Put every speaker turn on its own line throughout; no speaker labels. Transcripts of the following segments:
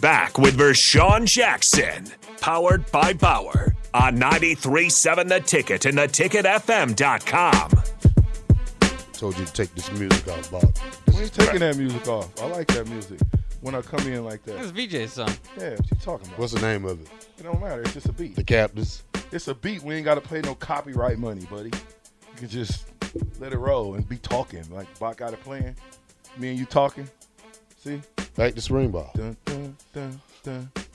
back with Vershawn Jackson, powered by Bauer on 937 The Ticket and theticketfm.com.
Told you to take this music off, Bob.
We ain't taking that music off. I like that music. When I come in like that.
That's VJ's song.
Yeah, what you talking about?
What's the name of it?
It don't matter. It's just a beat.
The Captains.
It's a beat. We ain't got to pay no copyright money, buddy. You can just let it roll and be talking. Like, Bach got it playing. Me and you talking. See?
Like the spring ball.
Dun, dun, dun, dun, dun,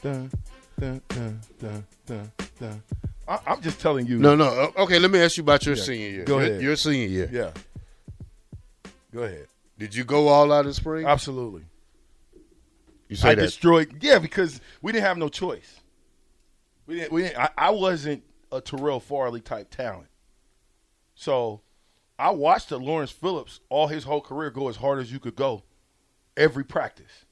dun, dun, dun, dun, dun. I, I'm just telling you.
No, no. uh, Okay, let me ask you about your
Yeah,
senior year.
go
your,
ahead.
your senior year.
Yeah. Go ahead.
Did you go all out in spring?
Absolutely.
you say
I
that.
destroyed. Yeah, because we didn't have no choice. We didn't. We didn't I, I wasn't a Terrell Farley type talent. So, I watched the Lawrence Phillips all his whole career go as hard as you could go, every practice.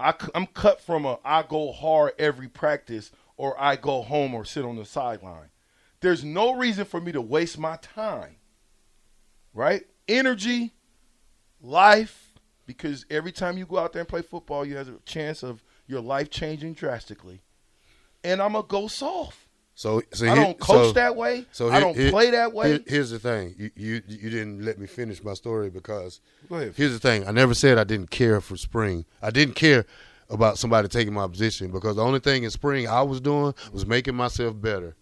I, cu- I'm cut from a I go hard every practice or I go home or sit on the sideline. There's no reason for me to waste my time, right? Energy, life, because every time you go out there and play football, you have a chance of your life changing drastically. And I'm going to go soft.
so, so
I
here-
don't coach
so-
that way.
So
I
here-
don't
here-
play that way.
here- here's the thing. You, you you didn't let me finish my story because
Go ahead.
here's the thing. I never said I didn't care for spring. I didn't care about somebody taking my position because the only thing in spring I was doing was making myself better.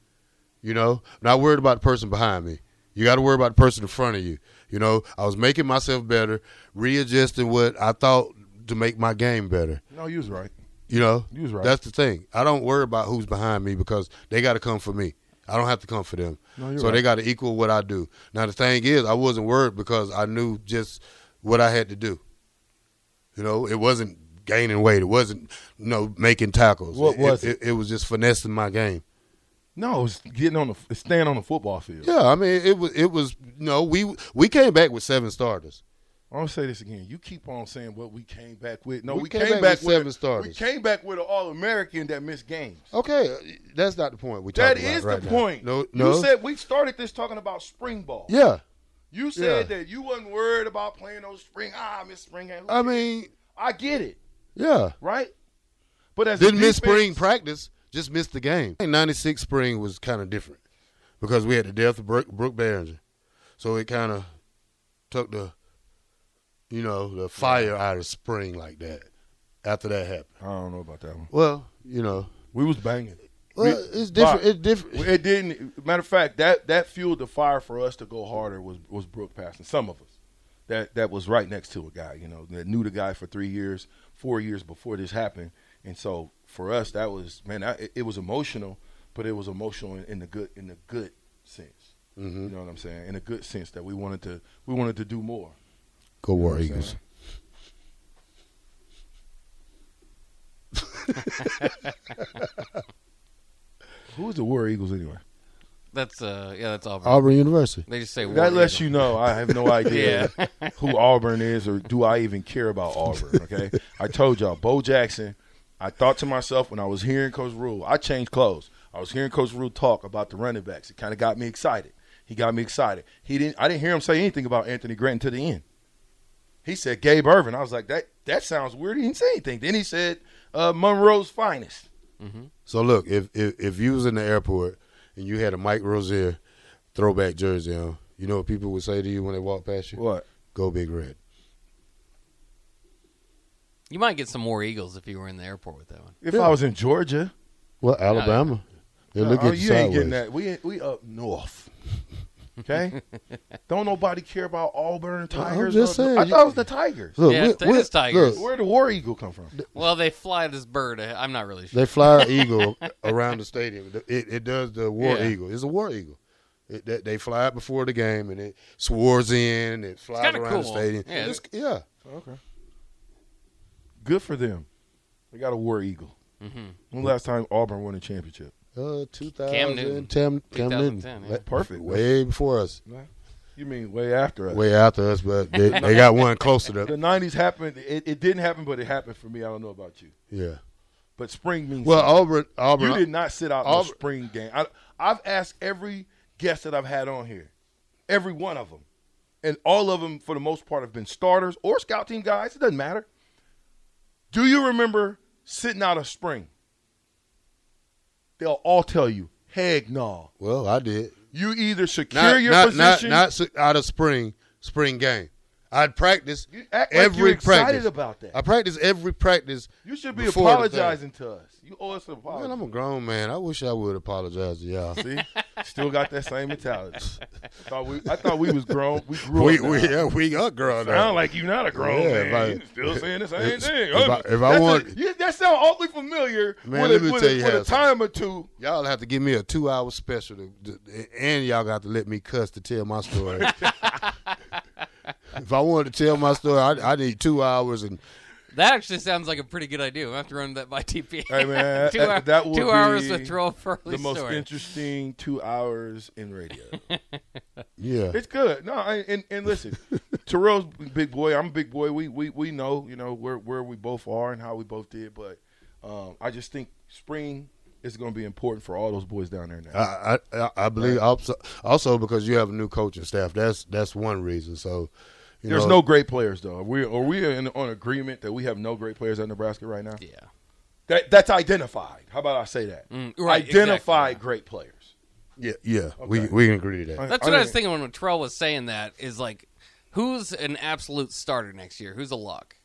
You know, not worried about the person behind me. You got to worry about the person in front of you. You know, I was making myself better, readjusting what I thought to make my game better.
no, you was right.
You know,
You was right.
That's the thing. I don't worry about who's behind me because they got to come for me. I don't have to come for them.
No, you're
so
right.
they got to equal what I do. Now the thing is, I wasn't worried because I knew just what I had to do. You know, it wasn't gaining weight. It wasn't you know making tackles.
What was
it? It, it was just finessing my game.
No, it's getting on the it's staying on the football field.
Yeah, I mean, it was. It was. You know, we we came back with seven starters.
I'm gonna say this again. You keep on saying what we came back with. No,
We
we,
came
came,
back
back,
with
with
seven starters.
We came back with an All American that missed games.
Okay, that's not the point. We
That
talking about
is
right
the
now.
point.
No, no.
You said we started this talking about spring ball.
yeah.
You said
Yeah.
that you wasn't worried about playing those spring. Ah, I miss spring games.
I mean,
I get it,
yeah.
right? But as a
Didn't miss
defense-
spring practice, just missed the game. I think 96 spring was kind of different because we had the death of Brooke, Brooke Behringer. So it kind of took the, you know, the fire out of spring like that after that happened.
I don't know about that one.
Well, you know,
We was banging.
well, it's different. It's different.
It didn't. Matter of fact, that that fueled the fire for us to go harder was was Brooke passing some of us. That that was right next to a guy, you know, that knew the guy for three years, four years before this happened, and so for us that was man, I, it- it was emotional, but it was emotional in, in the good in the good sense.
Mm-hmm.
You know what I'm saying? In a good sense that we wanted to we wanted to do more.
Go War
what I'm
Eagles.
saying? Who's the War Eagles anyway?
That's uh, yeah, that's Auburn.
Auburn University.
They just say
That
Warriors.
lets you know I have no idea who Auburn is or do I even care about Auburn, okay? I told y'all, Bo Jackson, I thought to myself when I was hearing Coach Rule, I changed clothes. I was hearing Coach Rule talk about the running backs. It kind of got me excited. He got me excited. He didn't I didn't hear him say anything about Anthony Grant until the end. He said Gabe Irvin. I was like, that that sounds weird. He didn't say anything. Then he said uh, Monroe's finest.
So look, if, if if you was in the airport and you had a Mike Rozier throwback jersey on, you know what people would say to you when they walk past you?
What?
Go Big Red.
You might get some more Eagles if you were in the airport with that one.
If
Yeah.
I was in Georgia,
Well, Alabama. They look
Oh,
at you
you ain't getting
sideways.
that. We ain't- we up north. Okay, don't nobody care about Auburn Tigers.
just
or-
saying,
I
you-
thought it was the Tigers.
Look,
Yeah,
we-
it
we-
is Tigers.
look,
Where the War Eagle come from?
Well, they fly this bird. I- I'm not really sure.
they fly an eagle around the stadium. It, it does the war
Yeah.
eagle. It's a war eagle. It, they, they fly it before the game, and it soars in, and it flies
kinda
around the
cool.
stadium.
Yeah.
It's- yeah.
Okay, good for them. They got a War Eagle.
Mhm.
When last time Auburn won a championship?
Uh, 2000,
Cam Newton.
Tam- Cam Newton.
2010, yeah.
Like,
Perfect.
Way before us.
You mean way after us?
Way after us, but they, they got one closer to
The '90s happened. It, it didn't happen, but it happened for me. I don't know about you,
Yeah.
but spring means
Well,
something.
Auburn. Auburn
You did not sit out
Auburn-
the spring game. I, I've asked every guest that I've had on here, every one of them, and all of them for the most part have been starters or scout team guys. It doesn't matter. Do you remember sitting out of spring, they'll all tell you, heck no.
Well, I did.
You either secure
Not,
your
not, not,
position.
not s- out of spring, spring game. I'd practice
you act like
every
you're excited
practice.
about that.
I practice every practice.
you should be
before the thing.
apologizing to us. You owe us an apology.
Man, I'm a grown man. I wish I would apologize to y'all.
See, still got that same mentality. I thought we, I thought we was grown. We grew
we,
up. now.
we, yeah, we up, girl.
Sound
Now.
like you not a grown
Yeah,
man.
if I-
you still saying the same
if-
thing.
if I- if I
That's
want-
a- you- that sound awfully familiar.
Man,
with a,
let me
with
tell
a,
you
with a
how-
time or two.
Y'all have to give me a two-hour special, to, to- and y'all got to let me cuss to tell my story. if I wanted to tell my story, I, I need two hours and
That actually sounds like a pretty good idea. I'm gonna have to run that by TP.
Hey, man,
two
that-
hour-
that would
two hours
be
to throw for
The most
story.
interesting two hours in radio.
yeah.
it's good. No, I, and and listen, Terrell's a big boy. I'm a big boy. We we we know you know where where we both are and how we both did. But um, I just think spring is going to be important for all those boys down there now.
I, I- I, I believe also, also because you have a new coaching staff. That's that's one reason. So you
There's
know,
no great players though. Are we are we in on agreement that we have no great players at Nebraska right now?
yeah.
That that's identified. How about I say that?
Mm, right,
Identify
exactly.
great players.
yeah yeah we
Okay.
we can agree to that.
Okay.
That's what I was
mean-
thinking when Terrell was saying that is like, who's an absolute starter next year? Who's a lock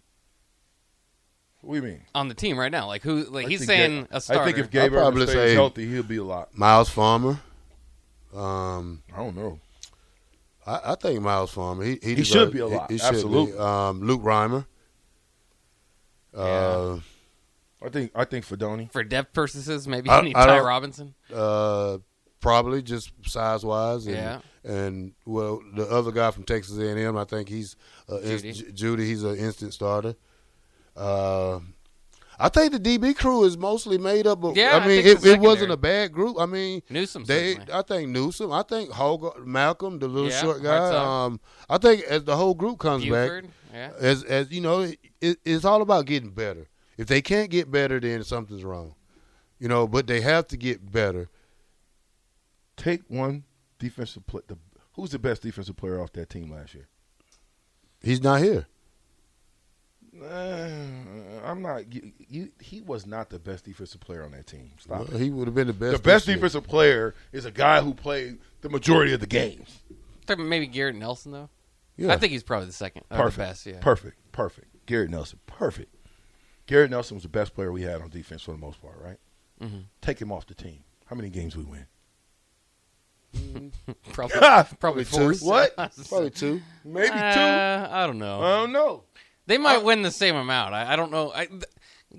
What do you mean?
on the team right now? Like who? Like
I
he's
think
saying
Ga-
a starter.
I think if
I'd
Gabe
probably
Irvin stays
say-
healthy, he'll be a lot.
Miles Farmer, um,
I don't know.
I, I think Miles Farmer. He he,
He
deserves-
should be a lot.
He, he should be.
Absolutely.
Um, Luke Reimer. Uh,
I think I think Fedoni.
for depth purposes, maybe
I-
you need
I
Ty
don't-
Robinson.
uh, probably just size wise. And,
Yeah.
And well, the other guy from Texas A and M, I think he's uh,
Judy.
Judy. Judy. He's an instant starter. Uh, I think the DB crew is mostly made up of.
Yeah, I
I mean,
think
it,
the
it wasn't
secondary.
a bad group. I mean,
Newsom.
they.
certainly.
I think Newsom. I think Hogan, Malcolm, the little
Yeah,
short
Hard
guy.
Sock.
Um, I think as the whole group comes
Buford.
back,
Yeah.
as as you know, it, it, it's all about getting better. If they can't get better, then something's wrong. You know, but they have to get better.
Take one defensive play. The, who's the best defensive player off that team last year?
He's not here.
Uh, I'm not. You, you, he was not the best defensive player on that team. Stop
Well,
it.
he would have been the best.
The best
this year.
defensive player is a guy who played the majority of the games.
Talking about Maybe Garrett Nelson though.
Yeah.
I think he's probably the second. or the
Perfect.
best, yeah.
Perfect. Perfect. Garrett Nelson. Perfect. Garrett Nelson was the best player we had on defense for the most part, right?
Mhm.
Take him off the team. How many games we win?
Probably, probably
Probably
four.
two.
What?
probably two.
Maybe two.
Uh, I don't know.
I don't know.
They might
Uh,
win the same amount. I, I don't know. I, th-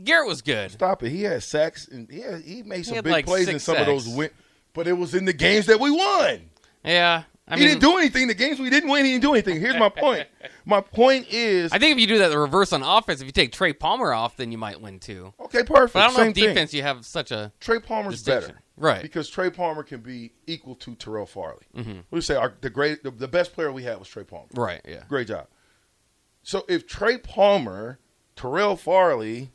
Garrett was good.
Stop it. He had sacks and he, had, he made some
had
big
like
plays
six
in some of those
sacks.
win. But it was in the games that we won.
Yeah. I
he
mean,
didn't do anything. The games we didn't win, he didn't do anything. Here's my point. my point is
I think if you do that the reverse on offense, if you take Trey Palmer off, then you might win too.
okay, perfect.
But I don't know
Same
if
thing.
defense you have such a
Trey Palmer's
distinction.
better.
Right. Mm-hmm.
Because Trey Palmer can be equal to Terrell Farley. We say our, the great, the, the best player we had was Trey Palmer.
right. Yeah.
Great job. So if Trey Palmer, Terrell Farley,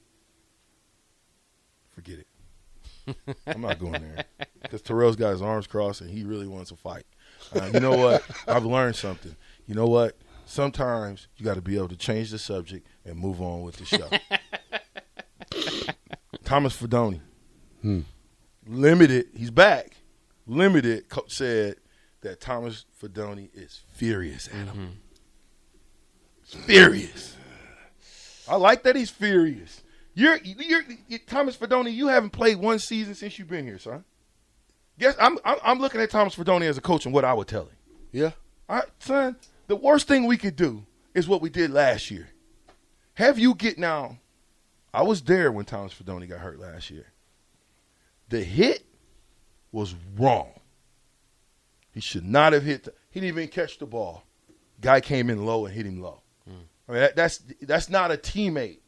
forget it. I'm not going there because Terrell's got his arms crossed and he really wants to fight. Uh, you know what? I've learned something. You know what? Sometimes you got to be able to change the subject and move on with the show. Thomas Fedoni, limited. He's back. Limited co- said that Thomas Fedoni is furious at him furious. I like that he's furious. You're, you're, you- Thomas Fedoni. You haven't played one season since you've been here, son. Guess I'm, I'm, I'm looking at Thomas Fedoni as a coach and what I would tell him.
Yeah.
I, son, the worst thing we could do is what we did last year. Have you get now? I was there when Thomas Fedoni got hurt last year. The hit was wrong. He should not have hit. The, he didn't even catch the ball. Guy came in low and hit him low. I mean, that, that's that's not a teammate.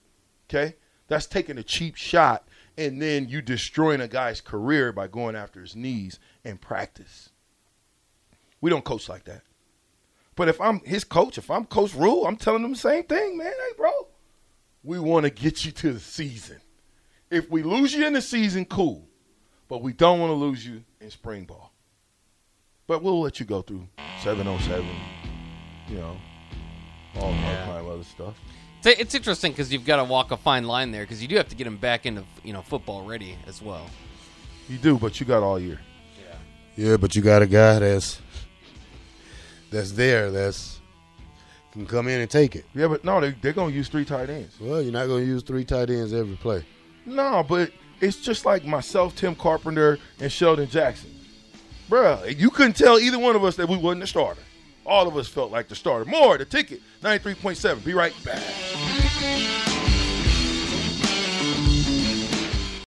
Okay, that's taking a cheap shot and then you destroying a guy's career by going after his knees in practice. We don't coach like that. But if I'm his coach, if I'm Coach Rule, I'm telling him the same thing, man. Hey, bro, we want to get you to the season. If we lose you in the season, cool. But we don't want to lose you in spring ball. But we'll let you go oh through 707, you know, all that kind of other stuff.
It's, it's interesting because you've got to walk a fine line there because you do have to get him back into you know football ready as well.
You do, but you got all year.
Yeah, but you got a guy that's that's there that's can come in and take it.
Yeah, but no, they, they're going to use three tight ends.
Well, you're not going to use three tight ends every play.
No, but it's just like myself, Tim Carpenter, and Sheldon Jackson. Bruh, you couldn't tell either one of us that we wasn't the starter. All of us felt like the starter. More, the ticket, 93.7. Be right back.